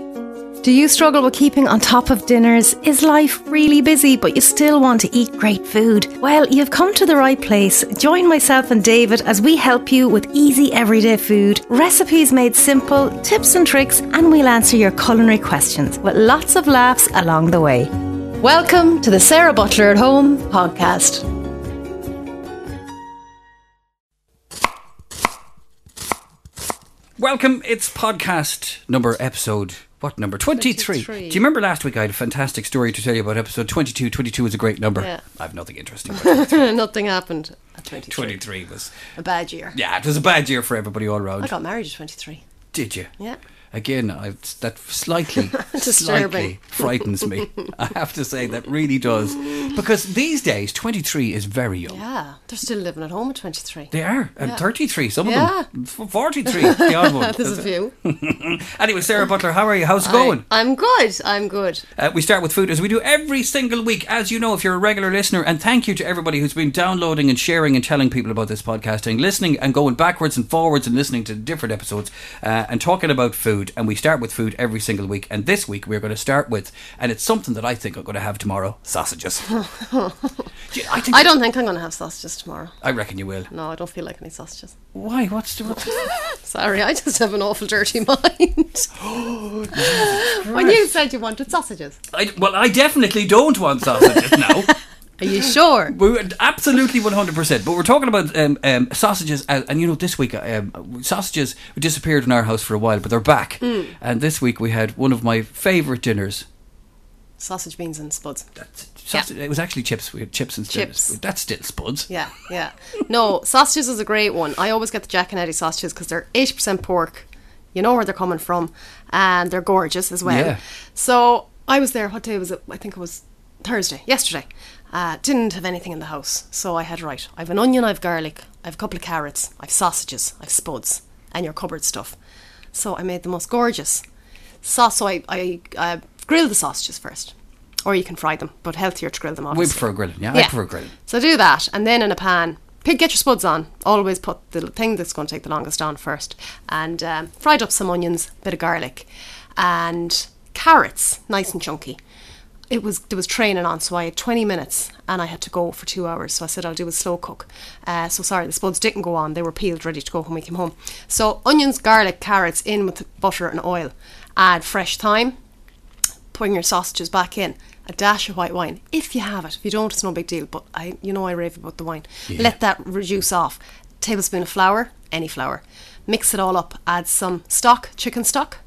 Do you struggle with keeping on top of dinners? Is life really busy, but you still want to eat great food? Well, you've come to the right place. Join myself and David as we help you with easy everyday food, recipes made simple, tips and tricks, and we'll answer your culinary questions with lots of laughs along the way. Welcome to the Sarah Butler at Home podcast. Welcome, it's podcast number episode. What number? 23. 23. Do you remember last week I had a fantastic story to tell you about episode 22? 22 is a great number. Yeah. I have nothing interesting. But Nothing happened at 23. 23 was. A bad year. Yeah, it was a bad year for everybody all I round. got married at 23. Did you? Yeah. Again, I, that slightly, slightly Disturbing. frightens me. I have to say, that really does. Because these days, 23 is very young. Yeah. They're still living at home at 23. They are. And 33, some of Yeah. them. F- 43, the odd one. There's a few. anyway, Sarah Butler, how are you? How's it going? I, am good. I'm good. Uh, we start with food as we do every single week. As you know, if you're a regular listener, and thank you to everybody who's been downloading and sharing and telling people about this podcasting, listening and going backwards and forwards and listening to different episodes uh, and talking about food. And we start with food every single week. And this week we're going to start with, and it's something that I think I'm going to have tomorrow sausages. Do you- I, think I don't think I'm going to have sausages tomorrow. I reckon you will. No, I don't feel like any sausages. Why? What's the. What's Sorry, I just have an awful dirty mind. when you said you wanted sausages, I, well, I definitely don't want sausages now. are you sure? We were absolutely one hundred percent. But we're talking about um, um, sausages, and, and you know, this week um, sausages disappeared in our house for a while, but they're back. Hmm. And this week we had one of my favourite dinners. Sausage, beans, and spuds. Sausage, It was actually chips. We had chips instead. Chips. Of, that's still spuds. Yeah, yeah. No, sausages is a great one. I always get the Jack and Eddie sausages because they're 80% pork. You know where they're coming from. And they're gorgeous as well. Yeah. So I was there, what day was it? I think it was Thursday, yesterday. Uh, didn't have anything in the house. So I had, right, I've an onion, I've garlic, I've a couple of carrots, I've sausages, I've spuds, and your cupboard stuff. So I made the most gorgeous sauce. So I, I, I grilled the sausages first. Or you can fry them, but healthier to grill them, We obviously. prefer grilling. Yeah, I prefer grilling. So do that, and then in a pan, pick, get your spuds on. Always put the thing that's going to take the longest on first, and um, fried up some onions, bit of garlic, and carrots, nice and chunky. It was there was training on, so I had 20 minutes, and I had to go for two hours. So I said I'll do a slow cook. Uh, so sorry, the spuds didn't go on; they were peeled, ready to go when we came home. So onions, garlic, carrots in with butter and oil. Add fresh thyme, putting your sausages back in. A dash of white wine, if you have it. If you don't, it's no big deal. But I, you know, I rave about the wine. Let that reduce off. Tablespoon of flour, any flour. Mix it all up. Add some stock, chicken stock.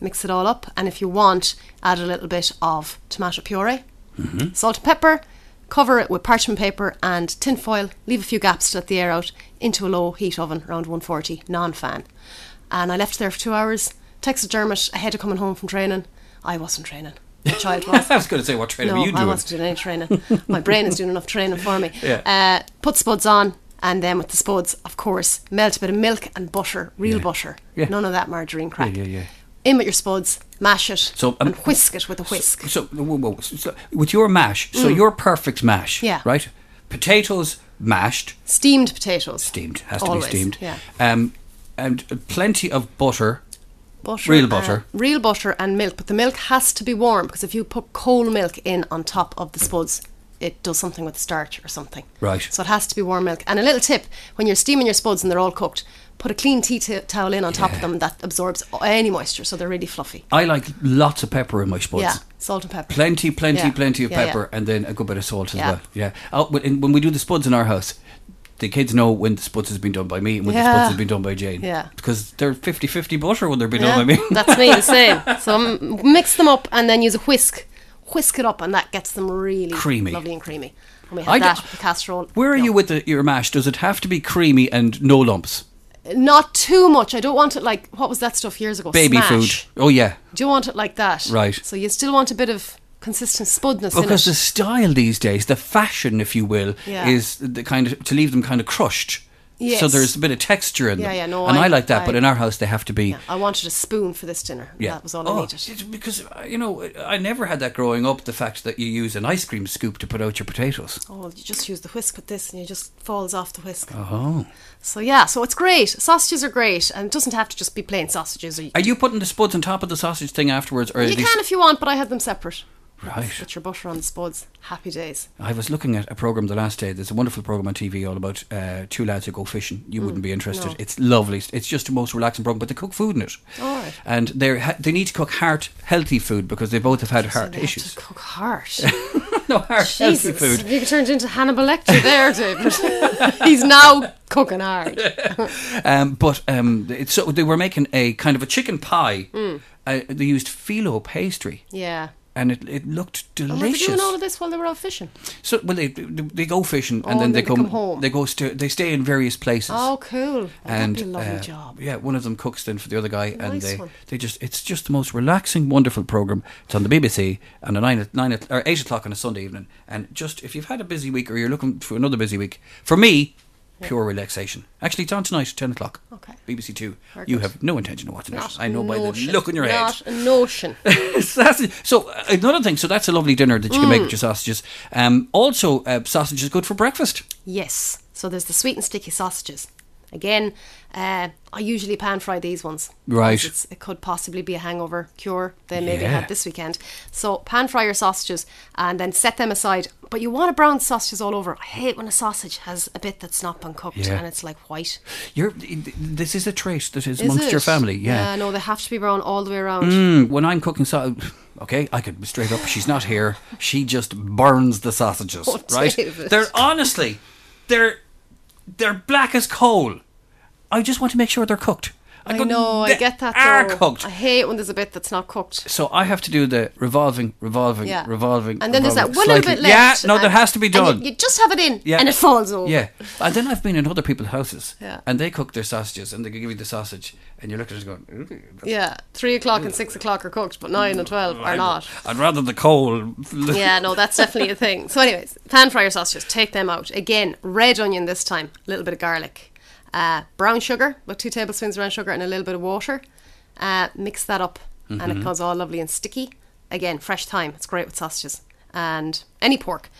Mix it all up, and if you want, add a little bit of tomato puree, salt and pepper. Cover it with parchment paper and tin foil. Leave a few gaps to let the air out. Into a low heat oven, around 140, non-fan. And I left there for two hours. Texted Dermot ahead of coming home from training. I wasn't training. The child was. I was going to say, what training No, were you I doing? wasn't doing any training. My brain is doing enough training for me. Yeah. Uh, put spuds on, and then with the spuds, of course, melt a bit of milk and butter, real Yeah. butter. Yeah. None of that margarine crack. yeah, yeah. In with your spuds, mash it, So, um, and whisk it with a whisk. So, whoa, whoa, so- so with your mash, so your perfect mash, Hmm. Yeah. right? Potatoes mashed, steamed potatoes. steamed, has Always, to be steamed, yeah. um, and plenty of butter. butter, Real and- butter. real butter and milk, but the milk has to be warm because if you put cold milk in on top of the spuds, it does something with the starch or something. Right. So it has to be warm milk. And a little tip: when you're steaming your spuds and they're all cooked, put a clean tea t- towel in on top of Yeah. them that absorbs any moisture, so they're really fluffy. I like lots of pepper in my spuds. Yeah, salt and pepper. Plenty, plenty, Yeah. plenty of Yeah, pepper, and then a good bit of salt as Yeah. well. Yeah. Oh, when- and when we do the spuds in our house, the kids know when the spuds has been done by me and when the Yeah. spuds has been done by Jane. Yeah. Because they're 50-50 butter when they're been Yeah, done by me. that's me, the same. So m- mix them up and then use a whisk, whisk it up, and that gets them really Creamy. lovely and creamy. And we I d- have that with the casserole. Where are No. you with the, your mash? Does it have to be creamy and no lumps? Not too much. I don't want it like what was that stuff years ago? Baby Smash. food. Oh yeah. Do you want it like that? Right. So you still want a bit of consistent spudness Because in the it. style these days, the fashion, if you will, Yeah. is the kind of to leave them kind of crushed. So Yes. there's a bit of texture in Yeah, them. yeah, no, and I, I- like that, but I- in our house they have to be. Yeah, I wanted a spoon for this dinner. Yeah. That was all oh, I needed. it's Because, uh, you know, I never had that growing up the fact that you use an ice cream scoop to put out your potatoes. Oh, you just use the whisk with this and it just falls off the whisk. Oh. So, yeah, so it's great. Sausages are great and it doesn't have to just be plain sausages. Or you, Are you putting the spuds on top of the sausage thing afterwards? Or are you these- can if you want, but I had them separate. Right. Put your butter on the spuds. Happy days. I was looking at a program the last day. There's a wonderful program on TV all about uh, two lads who go fishing. You wouldn't be interested. Mm. no. It's lovely. It's just the most relaxing program, but they cook food in it. All right. And they ha- they need to cook heart healthy food because they both have had heart so they issues. Have to cook heart. no heart healthy Jesus, food. you turned into Hannibal Lecter there, David. He's now cooking hard. Um, but um, it's so they were making a kind of a chicken pie. Mm. Uh, they used phyllo pastry. Yeah. and it, it looked And were they delicious. doing all of this while they were out fishing? so well, they they go fishing Oh, and then they, come, home. They go st- they stay in various places. Oh, cool. Oh, and that'd be a lovely uh, job. yeah, one of them cooks then for the other guy, and Nice they one. they just it's just the most relaxing, wonderful program. It's on the BBC and at nine at nine at, or eight o'clock on a Sunday evening, and just if you've had a busy week or you're looking for another busy week, for me. Pure relaxation. Actually, it's on tonight, ten o'clock. Okay. BBC Two. Very you good. have no intention of watching Not it. I know a by the notion. look in your head. Not a notion. so, that's, so uh, another thing. So that's a lovely dinner that you can make Mm. with your sausages. Um, also, uh, sausage is good for breakfast. yes. So there's the sweet and sticky sausages. Again, uh, I usually pan fry these ones. Right. because It's, it could possibly be a hangover cure they maybe Yeah. had this weekend. So pan fry your sausages and then set them aside. But you want to brown sausages all over. I hate when a sausage has a bit that's not been cooked Yeah. and it's like white. You're, this is a trait that is, Is amongst your it? family. Yeah. No, they have to be brown all the way around. Mm, when I'm cooking sausage, okay, I could straight up. She's not here. She just burns the sausages. Oh, right? David. They're honestly, they're they're black as coal. I just want to make sure they're cooked. I go, know, I "They get that. Are though. cooked. I hate when there's a bit that's not cooked. So I have to do the revolving, revolving, Yeah. revolving, And then there's that revolving, one little slightly- bit left. Yeah, no, that and- has to be and you- done. You, just have it in Yeah. and it falls over. Yeah. And then I've been in other people's houses Yeah. and they cook their sausages and they give you the sausage and you're looking at it going, "Ooh, Yeah. Three o'clock and six o'clock are cooked, but nine and twelve are not. I'd rather the coal. Yeah, no, that's definitely a thing. So, anyways, pan fry your sausages, take them out. Again, red onion this time, a little bit of garlic, uh, brown sugar, about two tablespoons of brown sugar, and a little bit of water. Uh, mix that up, and it comes all lovely and sticky. Again, fresh thyme, it's great with sausages and any pork.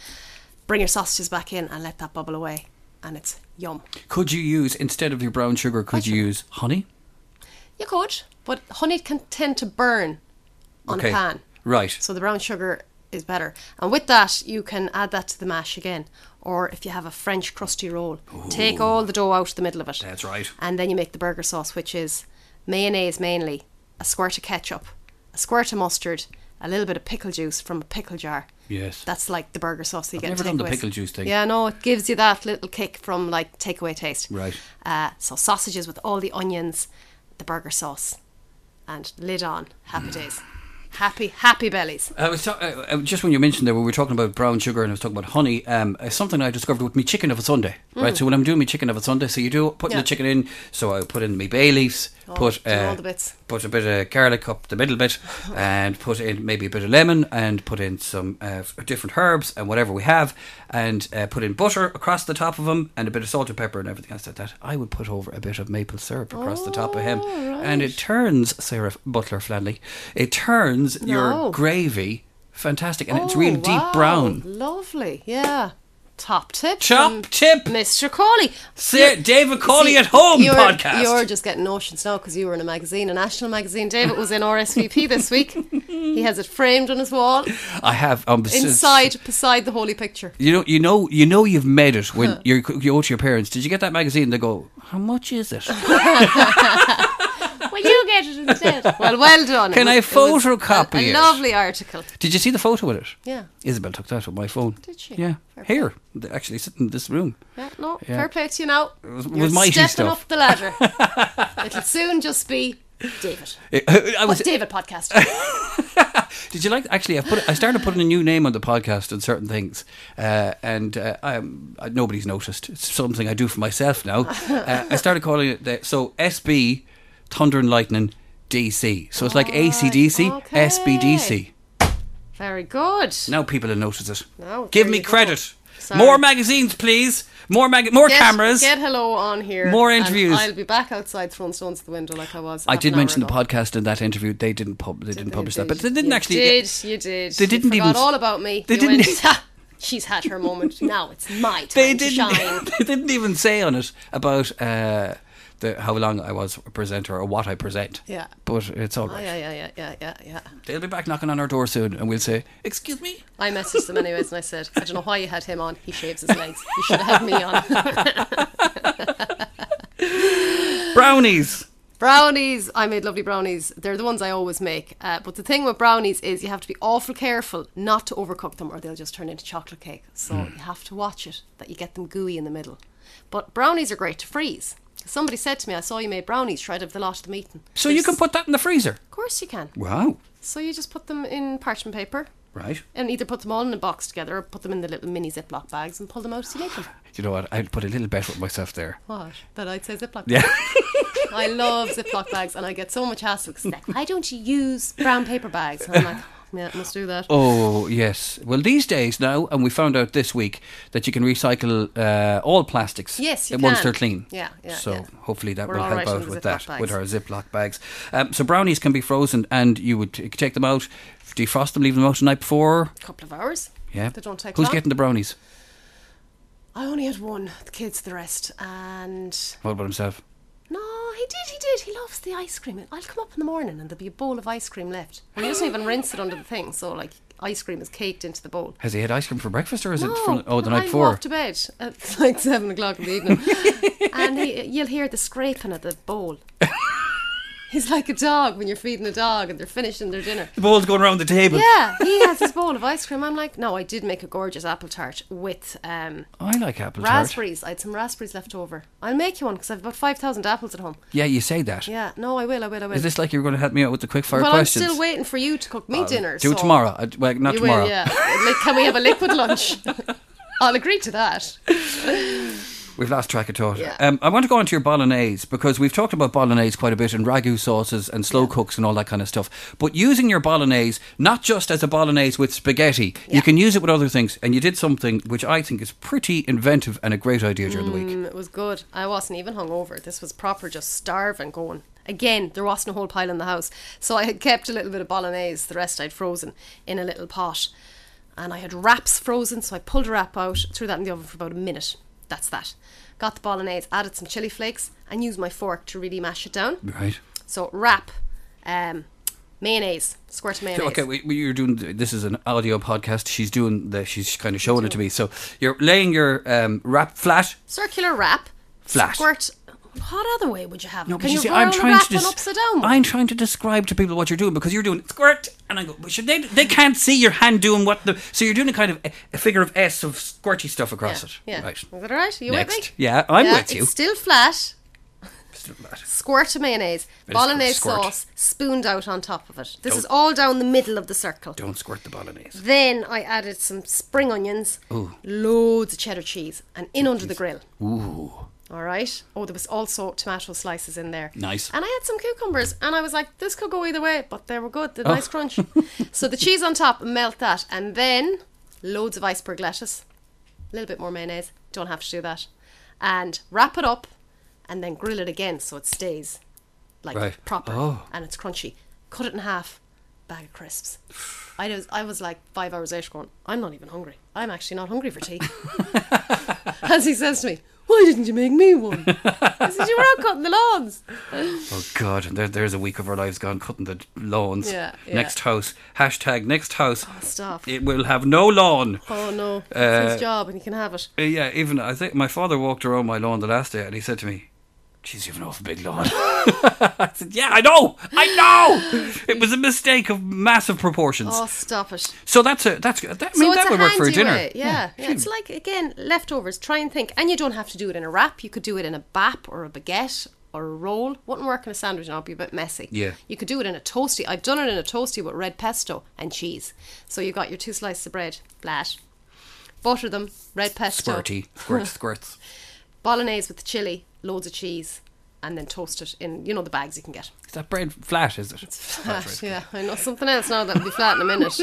Bring your sausages back in and let that bubble away, and it's yum. Could you use, instead of your brown sugar, could you use honey? You could, but honey can tend to burn on Okay. a pan. Right. So the brown sugar is better. And with that, you can add that to the mash again. Or if you have a French crusty roll, take all the dough out of the middle of it. That's right. And then you make the burger sauce, which is mayonnaise mainly, a squirt of ketchup, a squirt of mustard, a little bit of pickle juice from a pickle jar. Yes. That's like the burger sauce that you get. never done in the takeaways. pickle juice thing. Yeah, no, it gives you that little kick from like takeaway taste. Right. Uh, so sausages with all the onions, the burger sauce, and lid on. Mm. Happy days. Happy, happy bellies. I was ta- uh, uh, just when you mentioned that we were talking about brown sugar and I was talking about honey. Um, uh, something I discovered with me chicken of a Sunday, right? So when I'm doing my chicken of a Sunday, so you do putting Mm. Yeah. the chicken in. So I put in my bay leaves, Oh, put uh, do all the bits. put a bit of garlic up the middle bit, and put in maybe a bit of lemon, and put in some uh, f- different herbs and whatever we have, and uh, put in butter across the top of them, and a bit of salt and pepper and everything else like that. I would put over a bit of maple syrup across the top of him, and it turns Sarah Butler Flanley, it turns your No. gravy fantastic, and it's Oh, real deep wow, brown. Lovely, yeah. Top tip. Top from tip. Mr. Cawley. Sir David Cawley at Home you're, podcast. You're just getting notions now because you were in a magazine, a national magazine. David was in RSVP this week. He has it framed on his wall, I have um, s- inside, beside the holy picture. You know, you know, you know, you've made it when you're, you go to your parents. Did you get that magazine? They go, how much is it? Well, you get it instead. Well, well done. Can It I was- it was photocopy a, it? a lovely article. Did you see the photo with it? Yeah. Isabel took that with my phone. Did she? Yeah. Fair play. Here, They're actually, sitting in this room. Yeah, no, Yeah. fair play to you now. was- You're it was mighty stepping stuff. up the ladder. It'll soon just be David. I was. What's David podcast? Did you like? Actually, I put. I started putting a new name on the podcast on certain things, uh, and uh, I, um, I- nobody's noticed. It's something I do for myself now. Uh, I started calling it the, so SB Thunder and Lightning DC. So it's like ACDC, Ah, okay. SBDC. Very good. Now people will notice it. Now, Give there me you go. credit. Sorry. More magazines, please. More mag- more Get- cameras. Get hello on here. More and interviews. I'll be back outside throwing stones at the window like I was. I half did an hour mention the ago. podcast in that interview. They didn't pub- they didn't You publish that, did. but they didn't You actually. Did you did? They You didn't forgot even- all about me. they You didn't went, e- "Ha, She's had her moment. Now it's my time They to shine. didn't. They didn't even say on it about uh, the how long I was a presenter or what I present. Yeah. but it's all right. Oh, yeah, yeah, yeah, yeah, yeah, yeah. They'll be back knocking on our door soon, and we'll say, "Excuse me." I messaged them anyways, and I said, I don't know why you had him on. He shaves his legs. You should have had me on. Brownies. brownies. I made lovely brownies. They're the ones I always make. Uh, but the thing with brownies is you have to be awful careful not to overcook them, or they'll just turn into chocolate cake. So Hmm. you have to watch it that you get them gooey in the middle. But brownies are great to freeze. Somebody said to me, I saw you made brownies. Tried of the lot of them eaten. So you There's- can put that in the freezer. Of course you can. Wow. So you just put them in parchment paper Right. and either put them all in a box together or put them in the little mini Ziploc bags and pull them out as you need them. You know what? I'd put a little bet with myself there. What? That I'd say Ziploc Yeah. I love Ziploc bags and I get so much hassle because like, why don't you use brown paper bags? And I'm like, yeah, I must do that. Oh yes. Well, these days now, and we found out this week that you can recycle uh, all plastics. Yes, you once can. they're clean. Yeah, yeah, So yeah. hopefully that We're will all help right on out the with Ziploc that bags. with our Ziploc bags. Um, so brownies can be frozen, and you would you could take them out, defrost them, leave them out the night before. A couple of hours. Yeah. They don't take Who's long. getting the brownies? I only had one, the kids, the rest. And What about himself? no, he did, he did. He loves the ice cream. I'll come up in the morning and there'll be a bowl of ice cream left. And he doesn't even rinse it under the thing. So, like, ice cream is caked into the bowl. Has he had ice cream for breakfast, or is no, it from oh the night but I'm before? off to bed at like seven o'clock in the evening, and he, you'll hear the scraping of the bowl. He's like a dog when you're feeding a dog and they're finishing their dinner. The ball's going around the table. Yeah, he has his bowl of ice cream. I'm like, no, I did make a gorgeous apple tart with um, I like apple tart. raspberries. I had some raspberries left over. I'll make you one because I've about five thousand apples at home. Yeah, you say that. Is Yeah, no, I will, I will, I will. this like you're going to help me out with the quick fire well, questions? I'm still waiting for you to cook me dinner. Do so it tomorrow. I- Well, not You tomorrow. will, yeah. Like, can we have a liquid lunch? I'll agree to that. We've lost track of thought. Yeah. Um, I want to go on to your bolognese because we've talked about bolognese quite a bit and ragu sauces and slow cooks and all that kind of stuff. But using your bolognese not just as a bolognese with spaghetti, you can use it with other things. And you did something which I think is pretty inventive and a great idea during the week. Mm, It was good. I wasn't even hungover. This was proper just starving going. Again, there wasn't a whole pile in the house. So I had kept a little bit of bolognese, the rest I'd frozen in a little pot. And I had wraps frozen, so I pulled a wrap out, threw that in the oven for about a minute. That's that. Got the bolognese, added some chili flakes, and used my fork to really mash it down. Right. So wrap, um, mayonnaise, squirt of mayonnaise. Okay, we, we, you're doing this is an audio podcast. She's doing the she's kind of showing it to me. So you're laying your um, wrap flat. Circular wrap, Flat. squirt. What other way would you have it? No, but Can you you, see, roll I'm a trying wrap to dis- and upside down? I'm trying to describe to people what you're doing because you're doing squirt, and I go, but should they? They can't see your hand doing what the. So you're doing a kind of a, a figure of S of squirty stuff across it. Yeah. Right. Is that all right? Are you Next. with me? Yeah, I'm with you. It's still flat. Still bad. Squirt of mayonnaise, Bit of bolognese squirt. sauce spooned out on top of it. This is all down the middle of the circle. Don't squirt the bolognese. Then I added some spring onions, loads of cheddar cheese, and in under the grill. Ooh. All right. Oh, there was also tomato slices in there. Nice. And I had some cucumbers, and I was like, this could go either way, but they were good. Oh. The nice crunch. so the cheese on top, melt that, and then loads of iceberg lettuce, a little bit more mayonnaise. Don't have to do that, and wrap it up, and then grill it again so it stays like Right. proper Oh. and it's crunchy. Cut it in half. Bag of crisps. I was I was like five hours later going, I'm not even hungry. I'm actually not hungry for tea. As he says to me, Why didn't you make me one? I said, You were out cutting the lawns. Oh God! There, there's a week of our lives gone cutting the lawns. Yeah, yeah. Next house. Hashtag next house. Stop. It will have no lawn. Oh no. It's his job and he can have it. Uh, yeah, even I think my father walked around my lawn the last day and he said to me, Jeez, you've an awful big lawn. I said, Yeah, I know, I know. It was a mistake of massive proportions. Oh stop it. So that's a that's that I So mean it's that a would work for a handy dinner. hmm. way. Yeah. yeah. Gee, It's like again, leftovers. Try and think. And you don't have to do it in a wrap. You could do it in a bap or a baguette or a roll. Wouldn't work in a sandwich now, it'd be a bit messy. Yeah. You could do it in a toasty. I've done it in a toasty with red pesto and cheese. So you've got your two slices of bread, flat. Butter them, red pesto. squirty, squirts, squirts. Bolognese with the chili, loads of cheese, and then toast it in you know the bags you can get. Is that bread flat, is it? It's Flat, yeah. I know something else now that'll be flat in a minute.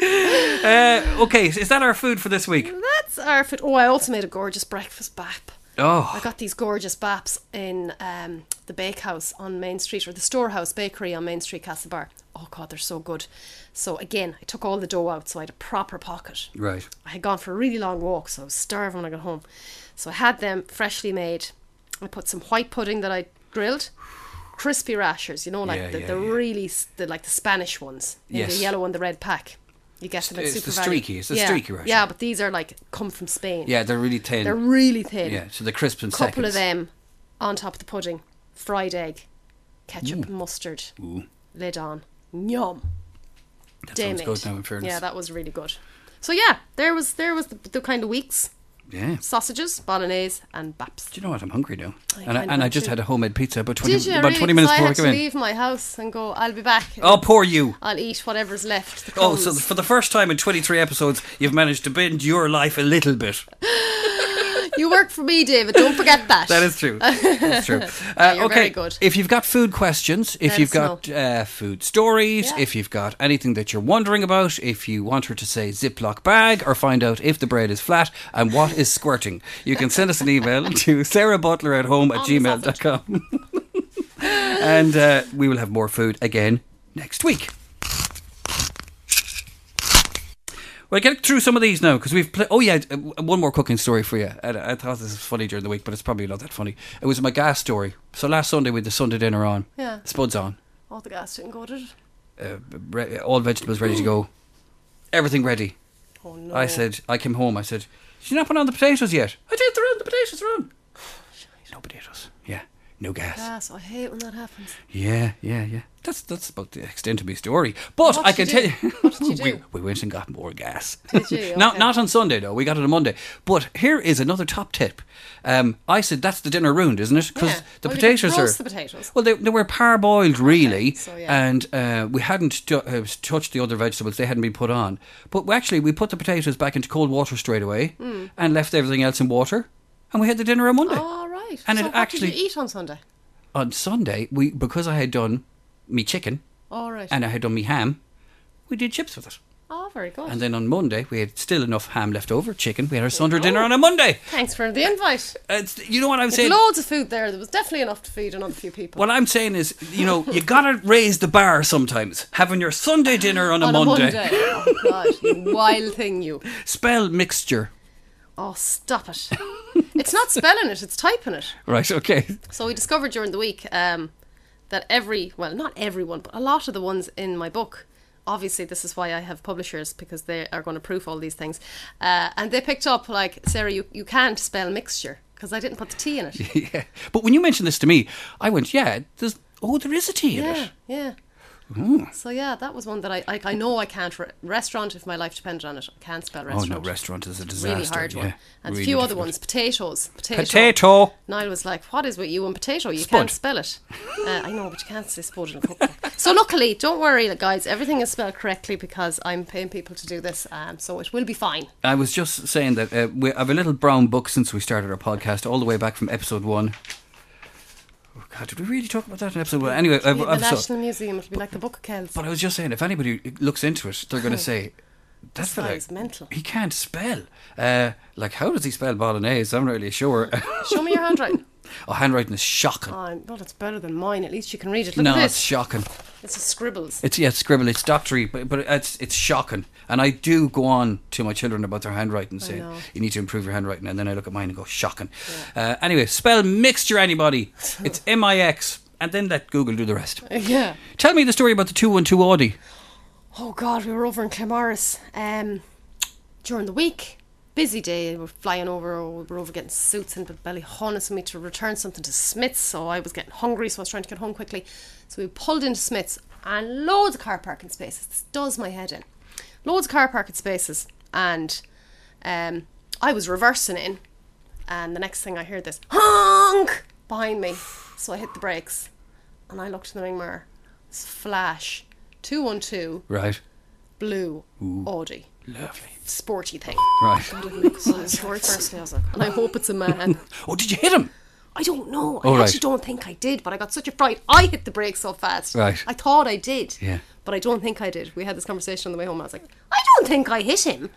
Uh, okay, so is that our food for this week? That's our food. Oh, I also made a gorgeous breakfast bap. I Oh, got these gorgeous baps in um, the bakehouse on Main Street or the storehouse bakery on Main Street, Castlebar. Oh God, they're so good. So again, I took all the dough out, so I had a proper pocket. right. I had gone for a really long walk, so I was starving when I got home. So I had them freshly made. I put some white pudding that I grilled, crispy rashers, you know, like Yeah, the, yeah, the yeah. really s- the like the Spanish ones, in Yes. the yellow and the red pack. You get them at It's the Super Value. streaky- it's the yeah. streaky rasher. Yeah, but these are like come from Spain. Yeah, they're really thin. they're really thin yeah, so they're crisp and couple seconds. of them on top of the pudding, fried egg, ketchup, and mustard, Ooh, lid on, yum. that Day sounds made. good now. In fairness, yeah, that was really good. So yeah, there was there was the, the kind of weeks yeah. sausages, bolognese, and baps. Do you know what? I'm hungry now, and kind I, of and I am just too. had a homemade pizza about twenty Did you about really? twenty minutes 'Cause I before I had came to in. leave my house and go. I'll be back. Oh, poor you. I'll eat whatever's left. The Oh, so crumbs. for the first time in 23 episodes, you've managed to bend your life a little bit. you work for me, David. Don't forget that. That is true. That's true. Uh, you're okay. very good. If you've got food questions, if Let you've us know. got uh, food stories, Yeah. if you've got anything that you're wondering about, if you want her to say Ziploc bag or find out if the bread is flat and what is squirting, you can send us an email to sarahbutler at home at On the gmail.com. and uh, we will have more food again next week. Well, get through some of these now because we've. Pl- oh yeah, uh, one more cooking story for you. And I thought this was funny during the week, but it's probably not that funny. It was my gas story. So last Sunday we had the Sunday dinner on. Yeah. Spuds on. All the gas didn't go to it. Uh, re- all vegetables ready to go. Everything ready. Oh no. I said. I came home. I said, "Did you not put on the potatoes yet?" I did. They're on. The potatoes are on. no potatoes. Yeah. No gas. Gas. I hate when that happens. Yeah, yeah, yeah. That's that's about the extent of my story. But What I did can you tell do? you, What did you we, do? we went and got more gas. Did you? not Okay. not on Sunday though. We got it on Monday. But here is another top tip. Um, I said that's the dinner ruined, isn't it? Because Yeah. the Well, you could potatoes roast are the potatoes. Well, they, they were parboiled really, so yeah. and uh, we hadn't tu- uh, touched the other vegetables. They hadn't been put on. But we actually, we put the potatoes back into cold water straight away, Hmm. and left everything else in water, and we had the dinner on Monday All right. And so it what actually- did you eat on Sunday? on Sunday, we because I had done me chicken All right. and I had done me ham, we did chips with it. oh, very good. And then on Monday, we had still enough ham left over, chicken. We had our Sunday dinner on a Monday. Thanks for the invite. It's, you know what I'm There's saying? loads of food there. There was definitely enough to feed another few people. What I'm saying is, you know, you gotta raise the bar sometimes. Having your Sunday dinner on a, on Monday. a Monday. Oh God, you wild thing you. Spell mixture. Oh, stop it. It's not spelling it, it's typing it. Right, okay. So we discovered during the week um, that every, well, not everyone, but a lot of the ones in my book, obviously this is why I have publishers because they are going to proof all these things. Uh, and they picked up, like, Sarah, you, you can't spell mixture because I didn't put the T in it. yeah. But when you mentioned this to me, I went, yeah, there's, oh, there is a tea in Yeah, it. yeah. Hmm. So yeah, that was one that I, I I know I can't re- restaurant if my life depended on it. I can't spell Oh, restaurant. no, restaurant is a disaster. really hard one. yeah. And Really a few other difficult. ones. Potatoes. Potato. Potato. Niall was like, "What is with you and potato? You Spud. can't spell it." Uh, I know, but you can't say spud in a cookbook. so luckily, don't worry, guys. Everything is spelled correctly because I'm paying people to do this, um, so it will be fine. I was just saying that uh, we have a little brown book since we started our podcast, all the way back from episode one. Oh God, did we really talk about that in episode one? Anyway, I've, the I've National so, Museum. It'll be like the Book of Kells. but I was just saying, if anybody looks into it, they're going to say. That's This guy's mental." He can't spell. Uh, like, how does he spell bolognese? I'm not really sure. Show me your handwriting. oh, handwriting is shocking. Oh, no, that's better than mine. At least you can read it. Look no, at it's this. shocking. It's a scribbles. It's yeah, it's scribble, it's doctory, but but it's it's shocking. And I do go on to my children about their handwriting, saying know. you need to improve your handwriting. And then I look at mine and go shocking. Uh, anyway, spell mixture, anybody? It's M I X, and then let Google do the rest. yeah. Tell me the story about the two one two Audi. Oh God, we were over in Clamoris um, during the week. Busy day, we were flying over, we were over getting suits and Ballyhonus and we had to return something to Smith's, so I was getting hungry, so I was trying to get home quickly. So we pulled into Smith's and loads of car parking spaces. This does my head in. Loads of car parking spaces and um, I was reversing in and the next thing I heard this honk behind me. So I hit the brakes and I looked in the ring mirror. It's flash. 212 Right, blue Audi lovely. sporty thing. Right. So I was like, firstly, I was like, "Oh." and I hope it's a man. Oh, did you hit him? I don't know. I Oh, right. actually don't think I did, but I got such a fright. I hit the brake so fast. Right. I thought I did. Yeah. But I don't think I did. We had this conversation on the way home. I was like, I don't don't think I hit him.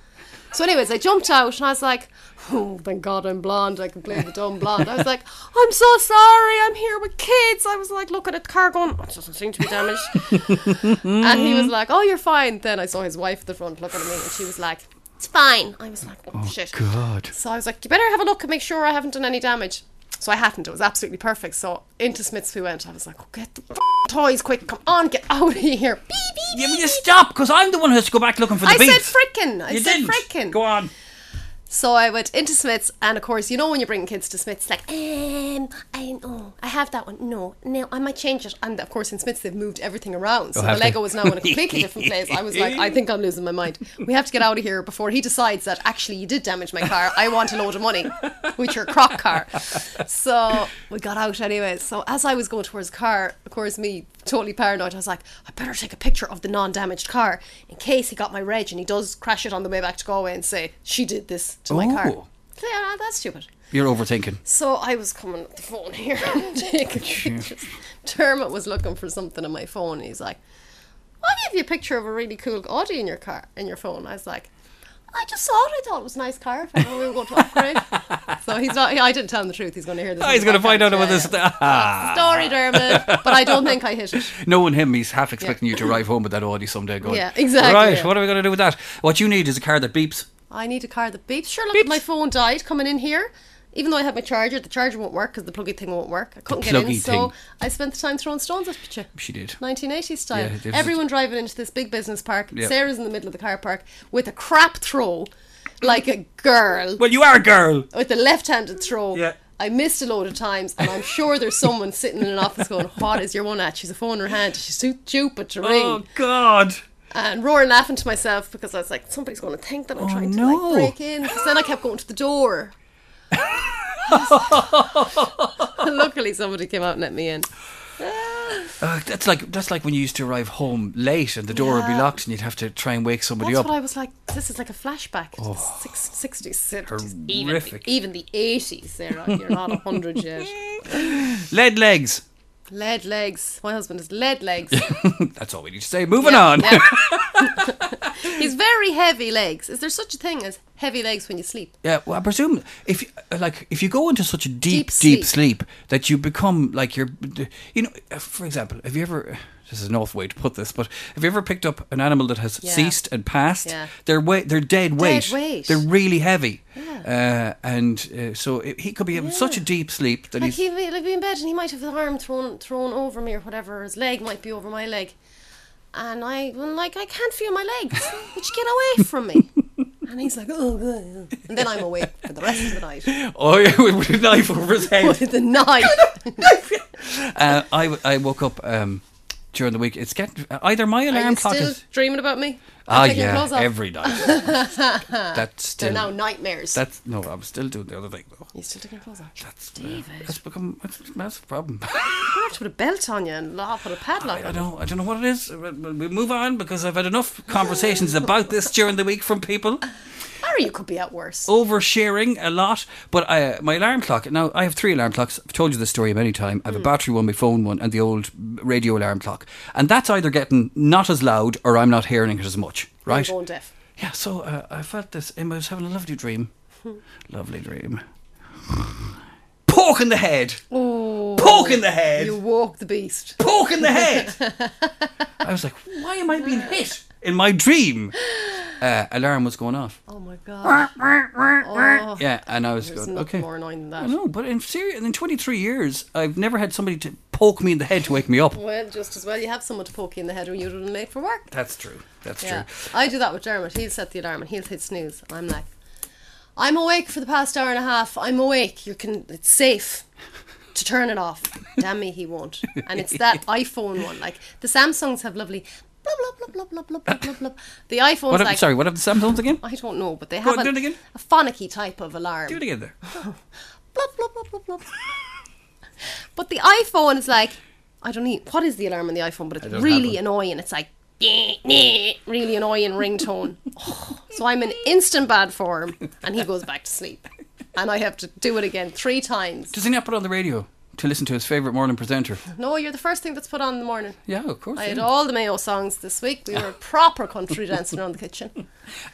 So, anyways, I jumped out and I was like, oh, thank God I'm blonde. I can play the dumb blonde. I was like, I'm so sorry. I'm here with kids. I was like, looking at the car going, oh, it doesn't seem to be damaged. and he was like, oh, you're fine. Then I saw his wife at the front looking at me and she was like, it's fine. I was like, oh, shit. God. So I was like, you better have a look and make sure I haven't done any damage. So I hadn't. It was absolutely perfect. So into Smith's we went. I was like, oh, get the f- toys quick. Come on, get out of here. Beep, beep. Yeah, will you stop? Because I'm the one who has to go back looking for the I beef. said frickin'. I you said didn't. frickin'. Go on. So I went into Smith's, and of course, you know when you bring kids to Smith's, like, um, I oh, I have that one. No, no, I might change it. And of course, in Smith's they've moved everything around, so the Oh, have they? Lego is now in a completely different place. I was like, I think I'm losing my mind. We have to get out of here before he decides that actually you did damage my car. I want a load of money with your croc car. So we got out anyway. So as I was going towards the car, of course, me totally paranoid. I was like, I better take a picture of the non-damaged car in case he got my reg and he does crash it on the way back to Galway and say she did this to my car. Oh. So, yeah, that's stupid. You're overthinking. So I was coming at the phone here, taking pictures. Dermot was looking for something on my phone. He's like, "I'll give you a picture of a really cool Audi in your car, in your phone." I was like, "I just saw it. I thought it was a nice car. I thought we were going to upgrade." so he's not. I didn't tell him the truth. He's going to hear this. on Oh, he's the going to find podcast. out about Yeah, this. yeah. Sorry, Dermot, but I don't think I hit it. Knowing him, he's half expecting you to arrive home with that Audi someday. Going, Yeah, exactly, Right, yeah. what are we going to do with that? What you need is a car that beeps. I need a car that beeps. Sure, look, my phone died coming in here. Even though I had my charger, the charger won't work because the pluggy thing won't work. I couldn't get in, pluggy so thing. I spent the time throwing stones at you. She did. 1980s style. Yeah, it is. Everyone driving into this big business park. Yeah. Sarah's in the middle of the car park with a crap throw, like a girl, Well, you are a girl. with a left-handed throw. Yeah. I missed a load of times, and I'm sure there's someone sitting in an office going, "What is your one at? She's a phone in her hand. She's too stupid to ring." Oh God. and roaring laughing to myself because I was like, somebody's going to think that I'm trying to Oh, no. like break in. 'Cause then I kept going to the door. Luckily, somebody came out and let me in. Uh, that's like that's like when you used to arrive home late and the door would be Yeah. locked and you'd have to try and wake somebody That's up. what I was like. This is like a flashback. to the Six, 60s, 70s, even the, Horrific. even the 80s, Sarah. You're not 100 yet. Lead legs. Lead legs. My husband is lead legs. That's all we need to say. Moving on. Yeah. He's very heavy legs. Is there such a thing as heavy legs when you sleep? Yeah, well, I presume if you- like if you go into such a deep, deep Deep sleep, sleep. that you become like you're, you know, uh, for example, have you ever? This is an off way to put this, but have you ever picked up an animal that has Yeah. ceased and passed? Yeah. Their weight, their dead, weight, weight. they're really heavy, uh, and uh, so it, he could be in such a deep sleep that Like he's he'd be, like be in bed and he might have his arm thrown thrown over me or whatever, his leg might be over my leg. And I well, like, I can't feel my legs. Would you get away from me? And he's like, oh, good. yeah." And then I'm awake for the rest of the night oh yeah, with a knife over his head. with the knife. uh, I w- I woke up um, during the week. It's getting uh, either my Are alarm you clock still is dreaming about me? I'm ah taking your yeah clothes off. every night. That's still They're now nightmares. That's no, I'm still doing the other thing though. you still taking your clothes off? That's uh, that's become that's a massive problem. You have to put a belt on you and law put a padlock I on. don't I don't know what it is. We we move on because I've had enough conversations about this during the week from people Or you could be at Oh, worse. oversharing a lot. But I, my alarm clock now I have three alarm clocks. I've told you this story many times. Hmm. I have a battery one, my phone one, and the old radio alarm clock. And that's either getting not as loud or I'm not hearing it as much. You're Right? Going deaf. Yeah, so uh, I felt this. and I was having a lovely dream. Hmm. lovely dream. Poke in the head. Poke in the head. You walk the beast. Poke in the head. I was like, why am I being hit in my dream? Uh, alarm was going off. Oh my god. Oh, Yeah, and I was there's going, nothing okay. more annoying than I that. know, but in serious, in 23 years, I've never had somebody to poke me in the head to wake me up. Well, just as well you have someone to poke you in the head when you're running late for work. That's true. That's Yeah, true. I do that with Dermot. He'll set the alarm and he'll hit snooze. And I'm like, I'm awake for the past hour and a half. I'm awake. You can. It's safe to turn it off. Damn me, he won't. And it's that iPhone one. Like the Samsungs have lovely. Blah blah blah blah blah blah blah blah. The iPhone's What up, like. sorry, what up the Samsungs again? I don't know, but they Go have on, do it a, again. a phonicky type of alarm. Do it again there. Blah blah blah blah blah. but the iPhone is like, I don't need. What is the alarm on the iPhone? But it's don't have really one. annoying. It's like really annoying ringtone. Oh, so I'm in instant bad form, and he goes back to sleep, and I have to do it again three times. Does he not put on the radio? to listen to his favourite morning presenter. No, you're the first thing that's put on in the morning. Yeah, of course. I yeah. had all the Mayo songs this week. We were proper country dancing around the kitchen.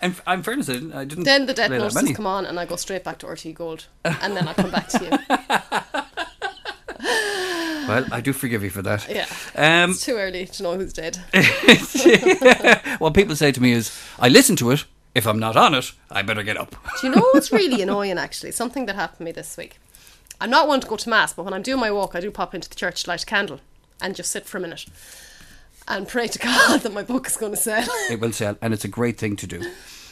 And f- I'm fairness, I didn't. I didn't Then the Dead play that Nurses many. come on, and I go straight back to RT Gold, and then I come back to you. Well, I do forgive you for that. Yeah. Um, It's too early to know who's dead. what people say to me is, I listen to it. If I'm not on it, I better get up. Do you know what's really annoying actually? Something that happened to me this week. I'm not one to go to mass, but when I'm doing my walk, I do pop into the church, light a candle, and just sit for a minute and pray to God that my book is going to sell. It will sell, and it's a great thing to do.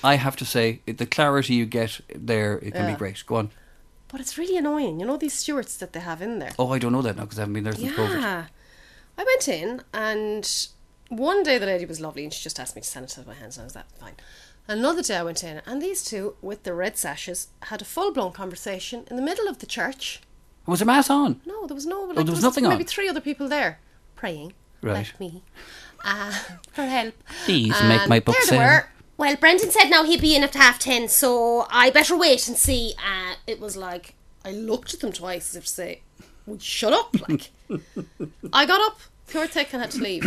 I have to say, it- the clarity you get there, it can Yeah. be great. Go on. But it's really annoying. You know these stewards that they have in there? Oh, I don't know that now because I haven't been there since COVID. Yeah. I went in and one day the lady was lovely and she just asked me to sanitize my hands and I was that fine. Another day I went in and these two with the red sashes had a full blown conversation in the middle of the church. Was there mass on? No, there was no. Like, Oh, there was nothing on. Maybe three other people there praying. Right. Let me. Uh, for help. Um, Please make my book there they sell. were. Well, Brendan said now he'd be in at half ten, so I better wait and see. Uh, It was like, I looked at them twice as if to say, Would you shut up? Like, I got up, pure thick, and had to leave.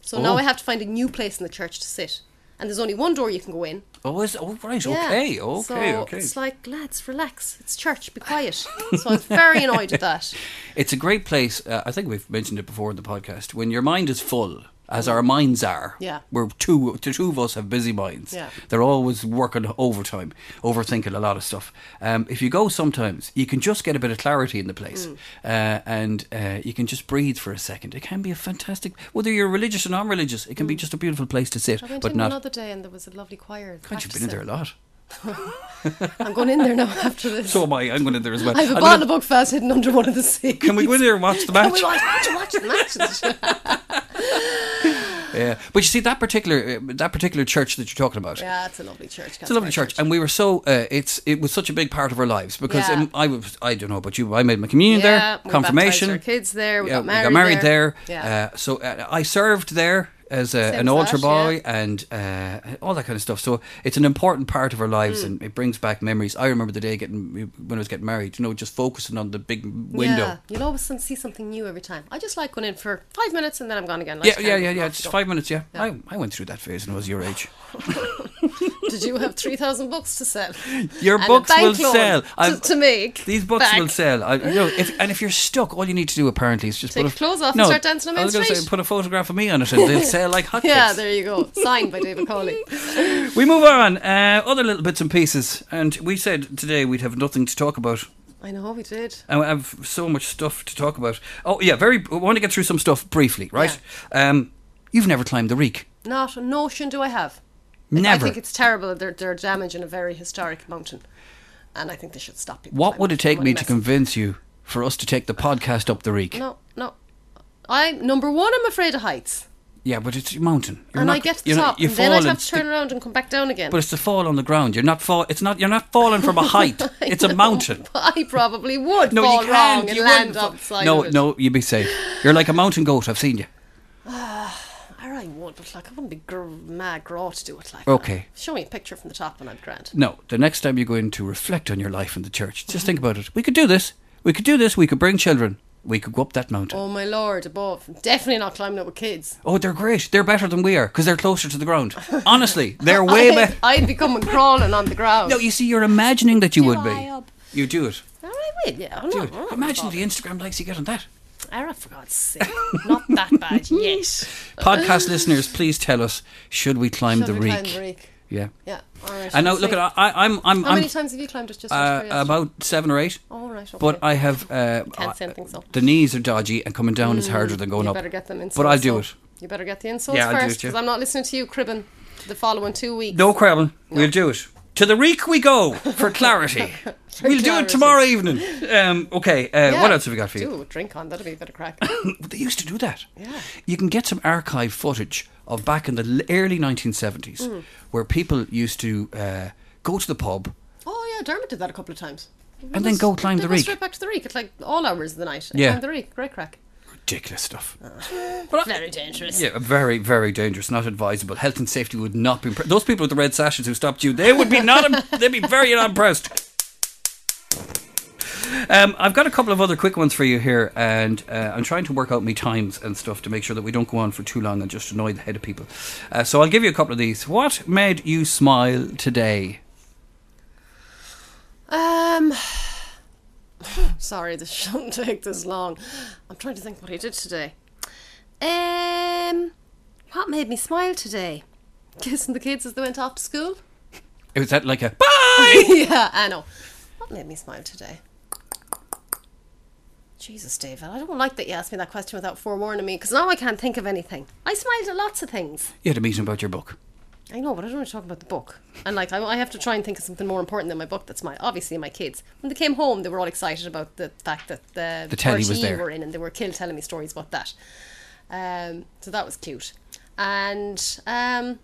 So now Oh. I have to find a new place in the church to sit. And there's only one door you can go in. Oh, is oh right, Yeah. okay, okay, so okay. It's like, lads, relax. It's church. Be quiet. So I was very annoyed at that. It's a great place. Uh, I think we've mentioned it before in the podcast. When your mind is full, as our minds are, Yeah. we're two. The two of us have busy minds. Yeah. They're always working overtime, overthinking a lot of stuff. Um, if you go sometimes, you can just get a bit of clarity in the place, Mm. uh, and uh, you can just breathe for a second. It can be a fantastic. Whether you're religious or non-religious, it can be Mm. just a beautiful place to sit, I went but in not. another day and there was a lovely choir. God, you've been in there a practicing. lot. I'm going in there now after this. So am I. I'm going in there as well. I have a I'm bottle gonna- of book fast hidden under one of the seats. Can we go in there and watch the match? Can we watch, to watch the matches? Yeah, but you see that particular uh, that particular church that you're talking about. yeah, it's a lovely church. It's a lovely church, and we were so uh, it's it was such a big part of our lives because Yeah. um, I was I don't know about you, but I made my communion Yeah, we there, confirmation, baptised our kids there, we got we got married married there. there. Yeah. Uh, so uh, I served there as a, Same an as altar that, boy yeah. and uh, all that kind of stuff. So it's an important part of our Mm. lives, and it brings back memories. I remember the day getting when I was getting married, you know, just focusing on the big window. Yeah, you'll always some- see something new every time. I just like going in for five minutes and then I'm gone again. Light Yeah, a yeah, candle, yeah, yeah. off It's you go. five minutes. Yeah, I, I went through that phase when I was your age. Did you have three thousand books to sell? Your And a books bank will loan sell. To, I've- to make These books back. will sell. I, you know, if, and if you're stuck, all you need to do apparently is just Take put your clothes off and start dancing on I Main was gonna Street. say put a photograph of me on it, and they'll sell like hotcakes. Yeah, there you go. Signed by David Coley. we move on. Uh, other little bits and pieces, and we said today we'd have nothing to talk about. I know we did. And we have so much stuff to talk about. Oh yeah, very. I want to get through some stuff briefly, right? Um, you've never climbed the reek. Not a notion do I have. I Never. think it's terrible that they're, they're damaging a very historic mountain. And I think they should stop people. what climbing would it take Don't me mess to it. convince you for us to take the podcast up the reek? No, no. I number one, I'm afraid of heights, Yeah, but it's a mountain. You're and not- I get to the you're not- top, you and then I'd fall have to stick- turn around and come back down again. But it's the fall on the ground. You're not fall. It's not. You're not falling from a height. it's a mountain. I probably would No, fall you can't. wrong and you land wouldn't. outside. no, of it. no, you'd be safe. You're like a mountain goat. I've seen you. Or I would, but like I wouldn't be gr- mad raw to do it like. Okay. that. Show me a picture from the top, and I'd grant. No, the next time you go in to reflect on your life in the church, just think about it. We could do this. We could do this. We could bring children. We could go up that mountain. Oh, Oh my lord, above! Definitely not climbing up with kids. they're great. They're better than we are because they're closer to the ground. Honestly, they're way I'd, better. I'd be coming crawling on the ground. No, you see, you're imagining that you would I be. up? You do it. All right, wait, yeah, I'm Do not, it. I'm not Imagine bothered. the Instagram likes you get on that. All right, for God's sake, not that bad yet. Podcast listeners, please tell us: should we climb Should the we reek? climb the reek? Yeah. Yeah, all right. I know. let's Look, see. at I, I- I'm, I'm, How I'm many times have you climbed it? Just out of uh, curiosity? about seven or eight. All right, okay. But I have. Uh, Can't say anything, so. Mm, The knees are dodgy, and coming down is harder than going you up. better get them insoles. But I'll do though. it. You better get the insoles Yeah, I'll do first, it, yeah. because I'm not listening to you cribbing the following two weeks. No crabbing. We'll do it. To the reek we go for clarity. we'll do it clarity. tomorrow evening. Um, okay. Uh, Yeah. What else have we got for you? Do a drink on. That'll be a bit of crack. They used to do that. Yeah. You can get some archive footage of back in the l- early 1970s, where people used to uh, go to the pub. oh yeah, Dermot did that a couple of times. And then go climb They the go reek. Straight back to the reek at like all hours of the night. Yeah. Yeah, climb the reek. Great crack. Ridiculous stuff. Very dangerous. Yeah, very, very dangerous. Not advisable. Health and safety would not be. Impre- Those people with the red sashes who stopped you, they would be not. Im- they'd be very unimpressed. Um, I've got a couple of other quick ones for you here, and uh, I'm trying to work out my times and stuff to make sure that we don't go on for too long and just annoy the head of people. Uh, so I'll give you a couple of these. What made you smile today? Um, sorry, this shouldn't take this long. I'm trying to think what I did today. Um, what made me smile today? Kissing the kids as they went off to school. It was that like a bye. yeah, I know. What made me smile today? Jesus, David, I don't like that you asked me that question without forewarning me, because now I can't think of anything. I smiled at lots of things. You had a meeting about your book. I know, but I don't want to talk about the book. And like, I, I have to try and think of something more important than my book. That's my obviously my kids. When they came home, they were all excited about the fact that the, The telly was RTE there. were in, and they were killed telling me stories about that. Um, so that was cute, and um,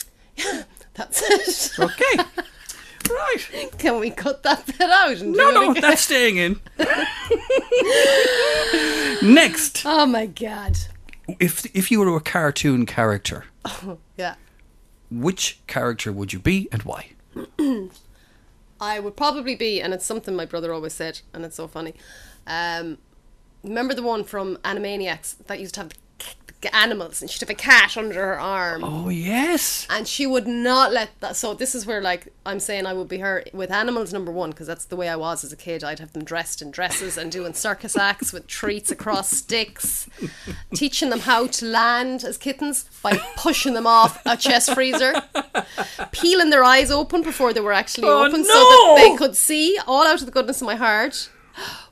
that's it. Okay. right. Can we cut that bit out? And No, do it no, again? that's staying in. Next, Oh my god. if if you were a cartoon character, Yeah. which character would you be and why? I would probably be, and it's something my brother always said, and it's so funny. Um, remember the one from Animaniacs that used to have the, c- the animals, and she'd have a cat under her arm, Oh yes. and she would not let that. So this is where, like, I'm saying I would be her with animals number one, because that's the way I was as a kid. I'd have them dressed in dresses and doing circus acts with treats across sticks, teaching them how to land as kittens by pushing them off a chest freezer peeling their eyes open before they were actually Oh, open so that no! they could see all out of the goodness of my heart.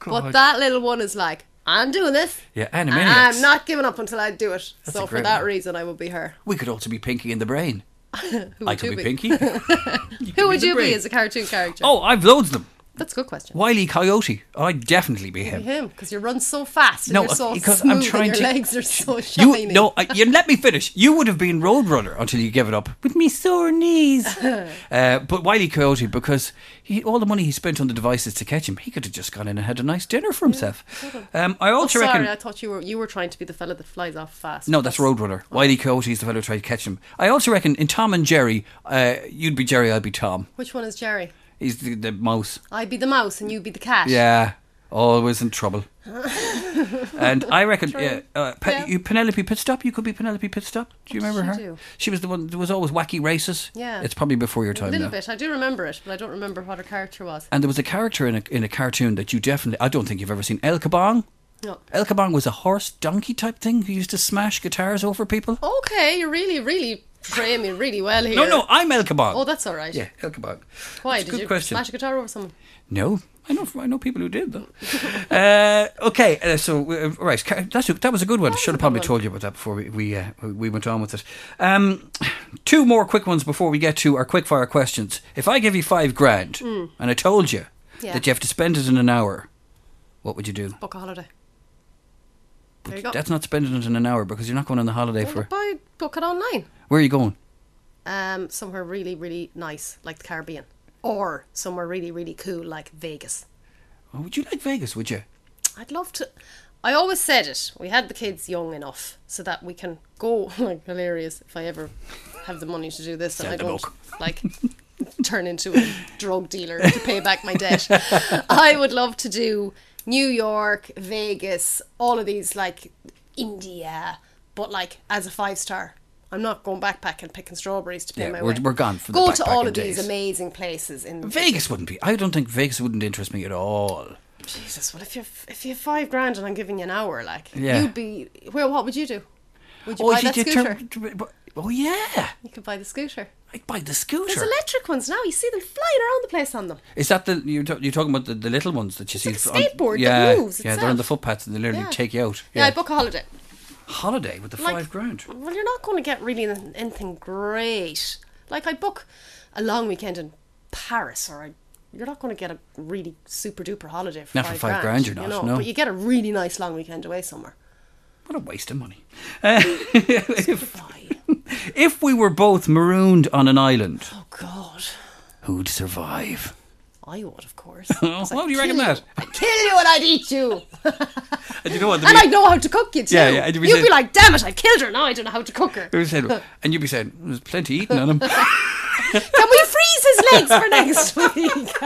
But God. that little one is like, I'm doing this. Oh, Yeah, and Animaniacs. I'm not giving up until I do it. a so for great that one. reason, I would be her. We could also be Pinky in the Brain. I would could be, you be? Pinky. You could Who would the you be brain. as a cartoon character? Oh, I've loads of them. That's a good question. Wiley Coyote. I'd definitely be him. Him, because you run so fast and No, you're so because I'm smooth trying and your to- legs are so shiny. You no, I, you let me finish. You would have been Roadrunner until you gave it up with me sore knees. uh, but Wiley Coyote, because he, all the money he spent on the devices to catch him, he could have just gone in and had a nice dinner for himself. Um, I Oh, also sorry, reckon. I thought you were you were trying to be the fella that flies off fast. No, that's Roadrunner. Oh. Wiley Coyote is the fellow who tried to catch him. I also reckon in Tom and Jerry, uh, you'd be Jerry, I'd be Tom. Which one is Jerry? He's the, the mouse. I'd be the mouse and you'd be the cat. Yeah, always in trouble. and I reckon, yeah, uh, Pe- Yeah. you Penelope Pitstop. You could be Penelope Pitstop. Do you What did remember she her? do? She was the one that was always wacky races. Yeah. it's probably before your A time little now. bit. I do remember it, but I don't remember what her character was. And there was a character in a in a cartoon that you definitely. I don't think you've ever seen El Kabong. No. El Kabong was a horse donkey type thing who used to smash guitars over Oh, people. Okay, you're really, really portraying me really well here. No, no, I'm El Kabong. Oh, that's all right. yeah, El Kabong. Why That's a did good you question. smash a guitar over someone? No, I know. I know people who did though. uh, okay, uh, so uh, right, ca- that's a, that was a good one. Should have probably told you about that before we we, uh, we went on with it. Um, two more quick ones before we get to our quick fire questions. If I give you five grand and I told you Hmm. Yeah. that you have to spend it in an hour, what would you do? Book a holiday. There you go. That's not spending it in an hour because you're not going on the holiday Well, for. buy, book Oh. it online. Where are you going? Um, somewhere really, really nice, like the Caribbean, or somewhere really, really cool, like Vegas. Oh, would you like Vegas? Would you? I'd love to. I always said it. We had the kids young enough so that we can go. Like hilarious. If I ever have the money to do this, and Sell I the don't book. like turn into a drug dealer to pay back my debt. I would love to do New York, Vegas, all of these like India, but like as a five star. I'm not going backpacking picking strawberries to pay Yeah, my we're- way. we're gone for the Go to all backpacking of days. these amazing places in Vegas wouldn't be. I don't think Vegas wouldn't interest me at all. Jesus, well, if you're if you're five grand and I'm giving you an hour, like Yeah. you'd be. Well, what would you do? Would you buy Oh, if that you did scooter? turn- oh yeah, You could buy the scooter. I'd buy the scooter. There's electric ones now. You see them flying around the place on them. Is that the you're, ta- you're talking about the, the little ones that you see? like a on- skateboard that yeah, moves yeah, they're on the itself. footpaths and they literally Yeah. take you out. Yeah, I'd book a holiday. holiday with the Like- five grand. Well, you're not going to get really an- anything great. Like I book a long weekend in Paris, or I, you're not going to get a really super duper holiday for Not for five five grand. grand, you're you not, know, no. but you get a really nice long weekend away somewhere. What a waste of money. Uh, if, if we were both marooned on an island, Oh God, who'd survive? I would, of course. Oh, how do you reckon that? I'd kill you and I'd eat you. And you know what? And I know how to cook you too. Yeah, yeah, and you'd You'd be be, saying- like, damn it, I killed her. Now I don't know how to cook her. Who said? And you'd be saying, "There's plenty eating on him." Um, Can we freeze his legs for next week?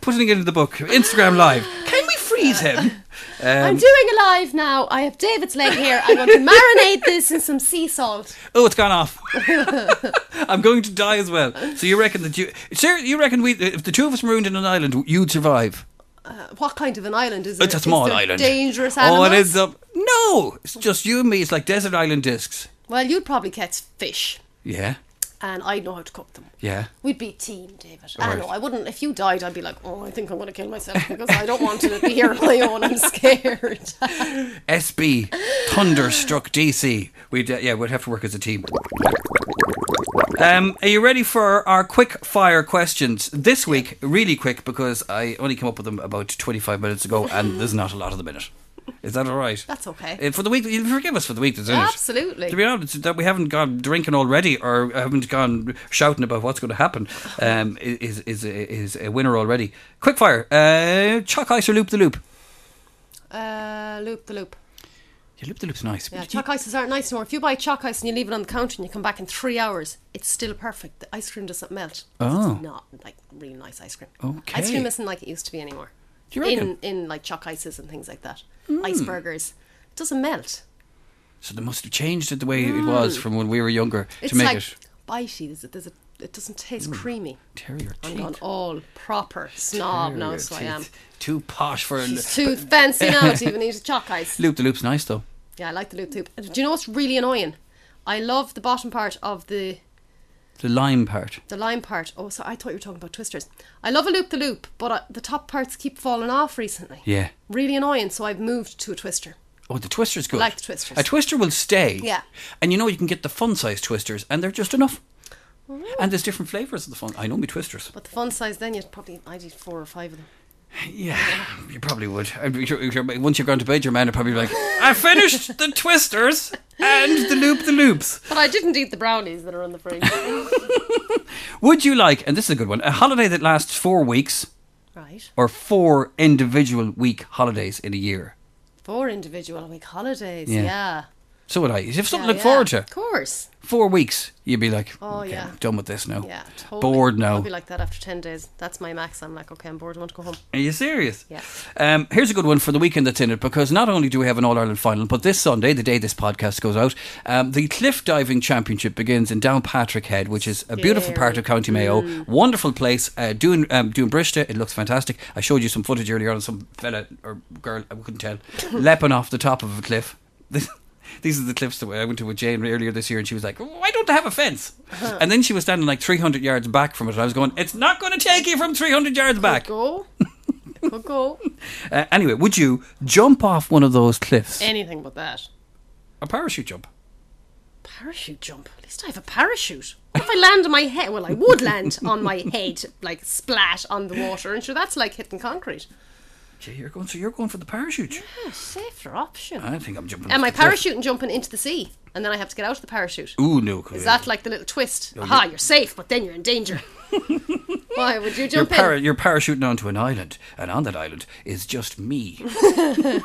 Putting it into the book. Instagram Live. Can we freeze him? Um, I'm doing a live now. I have David's leg here. I'm going to marinate this in some sea salt. Oh, it's gone off. I'm going to die as well. So you reckon that you, sir? You reckon we, if the two of us marooned in an island, you'd survive? Uh, What kind of an island is it? It's a small is there island. Dangerous Oh, animals. it is up. No, it's just you and me. It's like desert island discs. Well, you'd probably catch fish, Yeah, and I'd know how to cook them. yeah. We'd be team, David. I Right. know. I wouldn't. If you died, I'd be like, oh, I think I'm going to kill myself because I don't want to be here on my own. I'm scared. SB thunderstruck DC. We'd uh, yeah, we'd have to work as a team. Um, are you ready for our quick fire questions this week? Really quick because I only came up with them about twenty five minutes ago, and there's not a lot of them in it. Is that all right? That's okay. Uh, for the week, you'll forgive us for the week that's in it. Absolutely. To be honest, that we haven't gone drinking already or haven't gone shouting about what's going to happen um, is, is, is a winner already. Quick fire. Uh, chalk ice or loop the loop? uh, loop the loop. Yeah, loop the loop's nice. Yeah, chalk ices aren't nice anymore. If you buy chalk ice and you leave it on the counter and you come back in three hours, it's still perfect. The ice cream doesn't melt. Oh. It's not like really nice ice cream. Okay. Ice cream isn't like it used to be anymore. Do you reckon? Hmm. In in like chalk ices and things like that. Ice burgers. It doesn't melt. So they must have changed it the way it was from when we were younger Hmm. It's to make like it. bitey. There's a, there's a, it doesn't taste creamy. Terrier I'm teeth. gone all proper snob now, Terrier so I teeth. am. Too posh for a It's too fancy now to even eat a chalk ice. loop the loop's nice though. Yeah, I like the loop loop. Do you know what's really annoying? I love the bottom part of the The lime part. the lime part. Oh, so I thought you were talking about twisters. I love a loop the loop, but uh the top parts keep falling off recently. Yeah. Really annoying, so I've moved to a twister. Oh, the twister's good. Like the twisters. A twister will stay. Yeah. And you know you can get the fun size twisters, and they're just enough. Oh. And there's different flavours of the fun. I know me twisters. But the fun size, then you'd probably, I'd eat four or five of them. Yeah, you probably would. I'd be sure- sure- Once you've gone to bed, your man would probably be like, I finished the twisters and the loop the loops. But I didn't eat the brownies that are on the fridge. Would you like, and this is a good one, a holiday that lasts four weeks right. or four individual week holidays in a year? Four individual week holidays. Yeah. Yeah. So would I. You have Yeah, something to look yeah. forward to. Of course. Four weeks, you'd be like, Oh, okay, yeah. I'm done with this now. Yeah. Totally. Bored now. I'll be like that after 10 days. That's my max. I'm like, okay, I'm bored. I want to go home. Are you serious? Yeah. Um, here's a good one for the weekend that's in it because not only do we have an All Ireland final, but this Sunday, the day this podcast goes out, um, the cliff diving championship begins in Downpatrick Head, which is a beautiful part of County Mayo. Mm. Wonderful place. Uh, doing um, doing Brista, it looks fantastic. I showed you some footage earlier on of some fella or girl, I couldn't tell, leaping off the top of a cliff. These are the cliffs that I went to with Jane earlier this year, and she was like, "Why don't they have a fence?" And then she was standing like 300 yards back from it. And I was going, "It's not going to take you from 300 yards back." Go. Could go. Uh, anyway, would you jump off one of those cliffs? Anything but that. a parachute jump. Parachute jump. At least I have a Parachute. What if I land on my head? Well, I would land on my head, like splat on the water. And sure, that's like hitting concrete. Yeah, you're going. So you're going for the parachute. A safer option. I think I'm jumping. Am off I the cliff. parachuting jumping into the sea? And then I have to get out of the parachute. Ooh, no. Is that like the little twist? Aha, you're safe, but then you're in danger. Why would you You're, jump para- you're parachuting onto an island, and on that island is just me. in?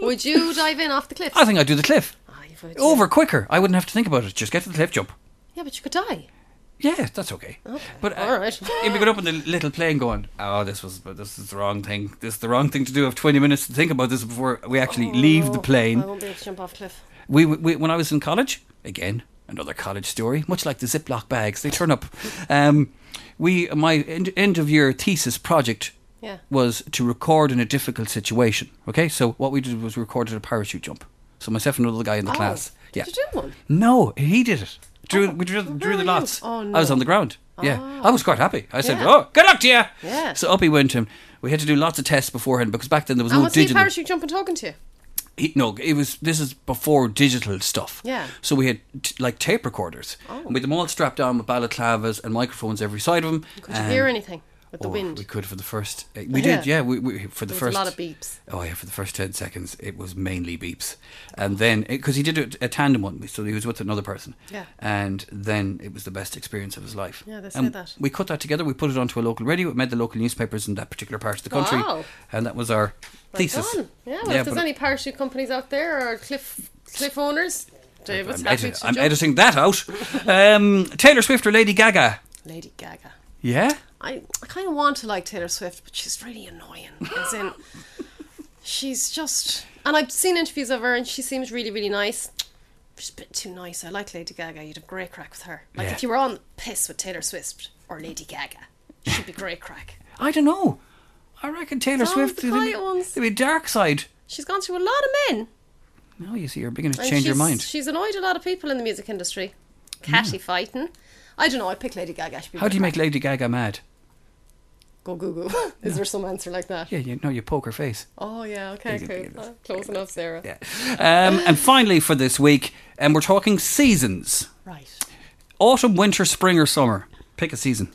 Would you dive in off the cliff? I think I'd do the cliff. Ah, you would, yeah. Over quicker. I wouldn't have to think about it. Just get to the cliff jump. Yeah, but you could die. Yeah, that's okay. But uh, all right. You'd be going up in the little plane, going, "Oh, this was this is the wrong thing. This is the wrong thing to do. I have twenty minutes to think about this before we actually leave the plane." Oh, I won't be able to jump off cliff. we, we when I was in college again another college story much like the Ziploc bags they turn up um, we my end, end of year thesis project Yeah. was to record in a difficult situation okay so what we did was we recorded a parachute jump so myself and another guy in the class Oh, Did you do one? no, he did it. Drew, we drew, drew were the you? lots. Oh, I was no. Oh. on the ground. Yeah, I was quite happy. I said, Yeah. "Oh, good luck to you." Yeah. So up he went to him. We had to do lots of tests beforehand because back then there was And no was he digital. parachute jumping talking to you? He, no, it was. This is before digital stuff. Yeah. So we had t- like tape recorders. Oh. And we had them all strapped down with balaclavas and microphones every side of them. Could you hear anything with the wind? Um, oh, We could for the first. uh, we Yeah. did, yeah. We, we for the There was first a lot of beeps. Oh yeah, for the first ten seconds, it was mainly beeps, and then because he did a, a tandem one, so he was with another person. Yeah. And then it was the best experience of his life. Yeah, they say and that. We cut that together. We put it onto a local radio. It made the local newspapers in that particular part of the country, Wow. and that was our thesis. Done. Yeah, well, if but there's any parachute companies out there or cliff cliff owners, David's I'm, happy edit- to I'm jump. editing that out. Um, Taylor Swift or Lady Gaga? Lady Gaga. Yeah? I, I kind of want to like Taylor Swift, but she's really annoying. As in, she's just. And I've seen interviews of her, and she seems really, really nice. She's a bit too nice. I like Lady Gaga. You'd have great crack with her. Like Yeah. if you were on the piss with Taylor Swift or Lady Gaga, she'd be great crack. I don't know. I reckon Taylor Some of Swift the is quiet ones. the dark side. She's gone through a lot of men. Now you see, you're beginning to and change your she's- mind. She's annoyed a lot of people in the music industry. Catty fighting. I don't know. I'd pick Lady Gaga. She'd be How do you great make Lady Gaga mad? crack. go goo goo? Is there some answer like that? Yeah, you know, you poke her face. Oh yeah. Okay. Lady Cool. Gaga's- Uh, Close enough, Sarah. Yeah. Um, and finally, for this week, um, we're talking seasons Right. autumn, winter, spring, or summer. Pick a season.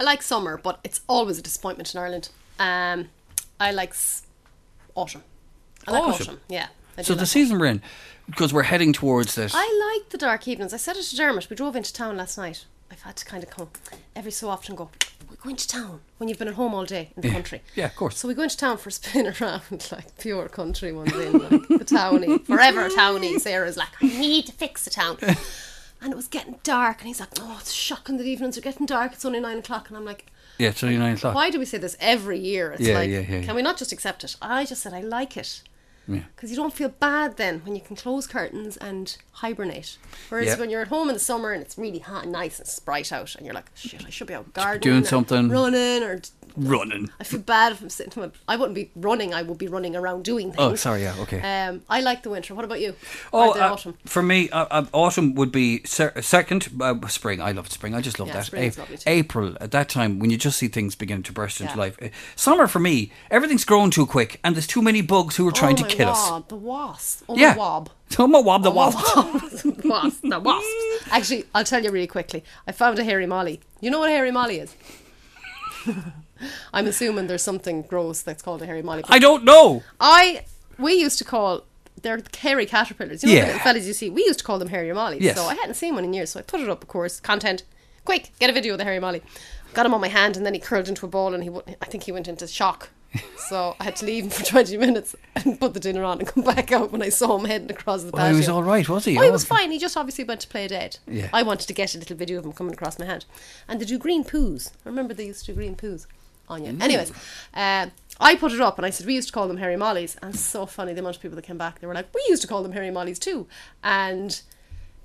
I like summer, but it's always a disappointment in Ireland. Um, I like s- autumn. I like Autumn? autumn. Yeah. I do So the like season we're in, because we're heading towards this. I like the dark evenings. I said it to Dermot. We drove into town last night. I've had to kind of come every so often. Go. We're going to town when you've been at home all day in the country. Yeah, of course. So we go into town for a spin around, like pure country ones in, like the townie, forever townie. Sarah's like, I need to fix the town. And it was getting dark, and he's like, Oh, it's shocking that evenings are getting dark. It's only nine o'clock. And I'm like, yeah, it's only nine o'clock. why do we say this every year? It's Yeah, like, yeah, yeah, yeah. can we not just accept it? I just said I like it. Yeah. Because you don't feel bad then when you can close curtains and hibernate. Whereas Yeah. when you're at home in the summer and it's really hot and nice and it's bright out and you're like, shit, I should be out gardening. doing or something." Running or. Running. I feel bad if I'm sitting. in my- I wouldn't be running, I would be running around doing things. Oh, sorry, yeah, okay. Um, I like the winter. What about you? Oh, Or the uh, autumn. for me, uh, uh, autumn would be ser- second. Uh, spring, I loved spring. I just love Yeah, that. spring is lovely too. April at that time when you just see things begin to burst into Yeah. life. Uh, Summer for me, everything's grown too quick, and there's too many bugs who are trying oh, to my kill us. wob, The wasp. Oh, Yeah. my wob. Oh, Toma Wob the Wasp. wasp, the wasps. Actually, I'll tell you really quickly. I found a hairy molly. You know what a hairy molly is? I'm assuming there's something gross that's called a hairy molly. I don't know. I we used to call they're hairy caterpillars. You know Yeah. the little fellas you see. We used to call them hairy mollies. Yes. So I hadn't seen one in years, so I put it up. Of course, content. Quick, get a video of the hairy molly. Got him on my hand, and then he curled into a ball, and he wou- I think he went into shock. So I had to leave him for twenty minutes and put the dinner on and come back out when I saw him heading across the patio. Well, he was all right, was he? Oh, he Oh, was okay. fine. He just obviously went to play dead. Yeah. I wanted to get a little video of him coming across my hand. And they do green poos. I remember they used to do green poos on Mm. you. Anyways, uh, I put it up and I said, we used to call them Harry Mollies. And it's so funny, the amount of people that came back, they were like, we used to call them Harry Mollies too. And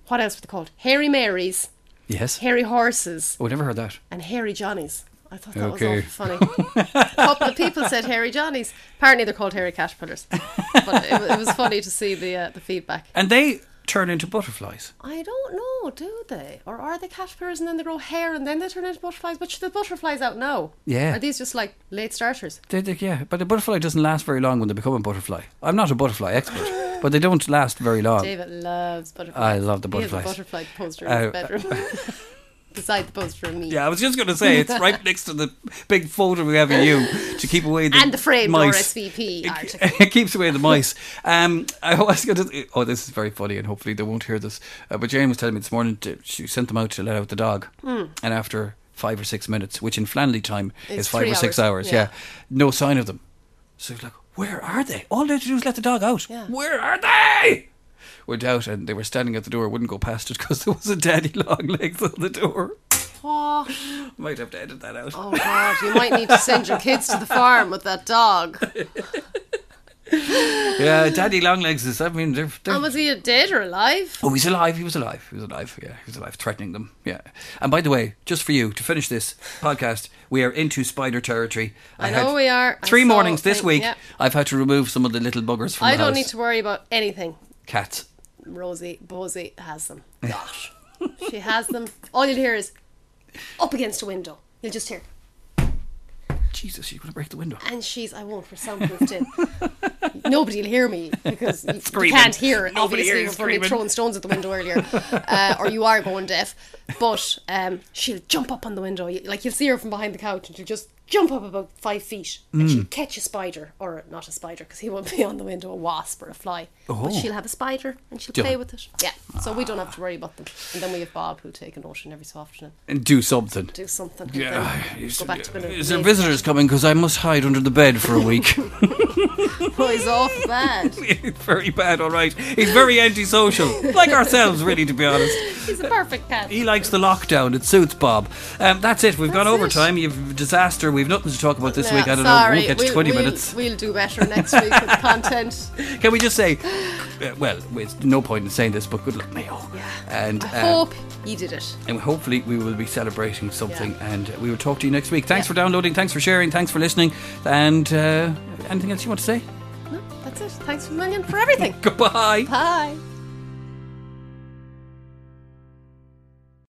what else were they called? Harry Marys, Yes. Harry Horses, Oh, I never heard that. and Harry Johnnies. I thought that Okay. was awful funny. a couple of people said Harry Johnnies. Apparently they're called Harry Caterpillars. But it, wa- it was funny to see the, uh, the feedback. And they turn into butterflies. I don't know, do they? Or are they caterpillars and then they grow hair and then they turn into butterflies? But the butterflies out now. Yeah. Are these just like late starters? They, they, yeah, but a butterfly doesn't last very long when they become a butterfly. I'm not a butterfly expert, but they don't last very long. David loves Um, I butterflies. love the He has a butterflies. butterfly poster in his Uh, bedroom. Beside the poster of me. Yeah, I was just going to say it's right next to the big folder we have of you to keep away the And the framed mice. RSVP article. It, it keeps away the mice. Um, I was going to. Oh, this is very funny, and hopefully they won't hear this. Uh, but Jane was telling me this morning to, she sent them out to let out the dog, and after five or six minutes, which in Flanley time is Hmm. It's five or three six hours, hours, yeah. yeah. no sign of them. So it's like, where are they? All they had to do is let the dog out. Yeah. Where are they? Went out and they were standing at the door, wouldn't go past it because there was a daddy long legs on the door. What? Might have to edit that out. Oh god, you might need to send your kids to the farm with that dog. Yeah, Daddy Longlegs is. I mean, they're. they're And was he dead or alive? oh, he's alive. He was alive. He was alive. Yeah, he was alive. Threatening them. Yeah. And by the way, just for you to finish this podcast, we are into spider territory. I know we are. I Three saw mornings this thing- week, yeah. I've had to remove some of the little buggers from I the don't house. need to worry about anything. Cats. Rosie Bosie has them. Gosh. she has them. All you'll hear is up against a window. You'll just hear Jesus, you're going to break the window. and she's I won't for sound proofed in. Nobody'll hear me because you, you Screaming. can't hear. it. Nobody Obviously, hears you're probably screaming. throwing stones at the window earlier, uh, or you are going deaf. But um, she'll jump up on the window, You- like you'll see her from behind the couch, and she'll just jump up about five feet and Mm. she'll catch a spider, or not a spider, because he won't be on the window, a wasp or a fly. Oh. But she'll have a spider and she'll Do- play with it. Yeah, so we don't have to worry about them. And then we have Bob who'll take a notion every so often and And do something. do something. and Yeah. then Is, go back to being a is there lady. visitors coming? Because I must hide under the bed for a week. Oh, he's off bad. very bad, all right. He's very antisocial, like ourselves, really, to be honest. He's a perfect cat. He likes the lockdown. It suits Bob. Um, that's it. We've gone overtime. You've disaster. We've nothing to talk about this week. I don't know. We'll get to 20 we'll, minutes. We'll do better next week with the content. Can we just say, uh, well, it's no point in saying this, but good luck, Mayo. And I um, hope you did it. and hopefully we will be celebrating something Yeah. and we will talk to you next week thanks for downloading thanks for sharing thanks for listening and uh, anything else you want to say That's it. Thanks a million for everything. goodbye Bye.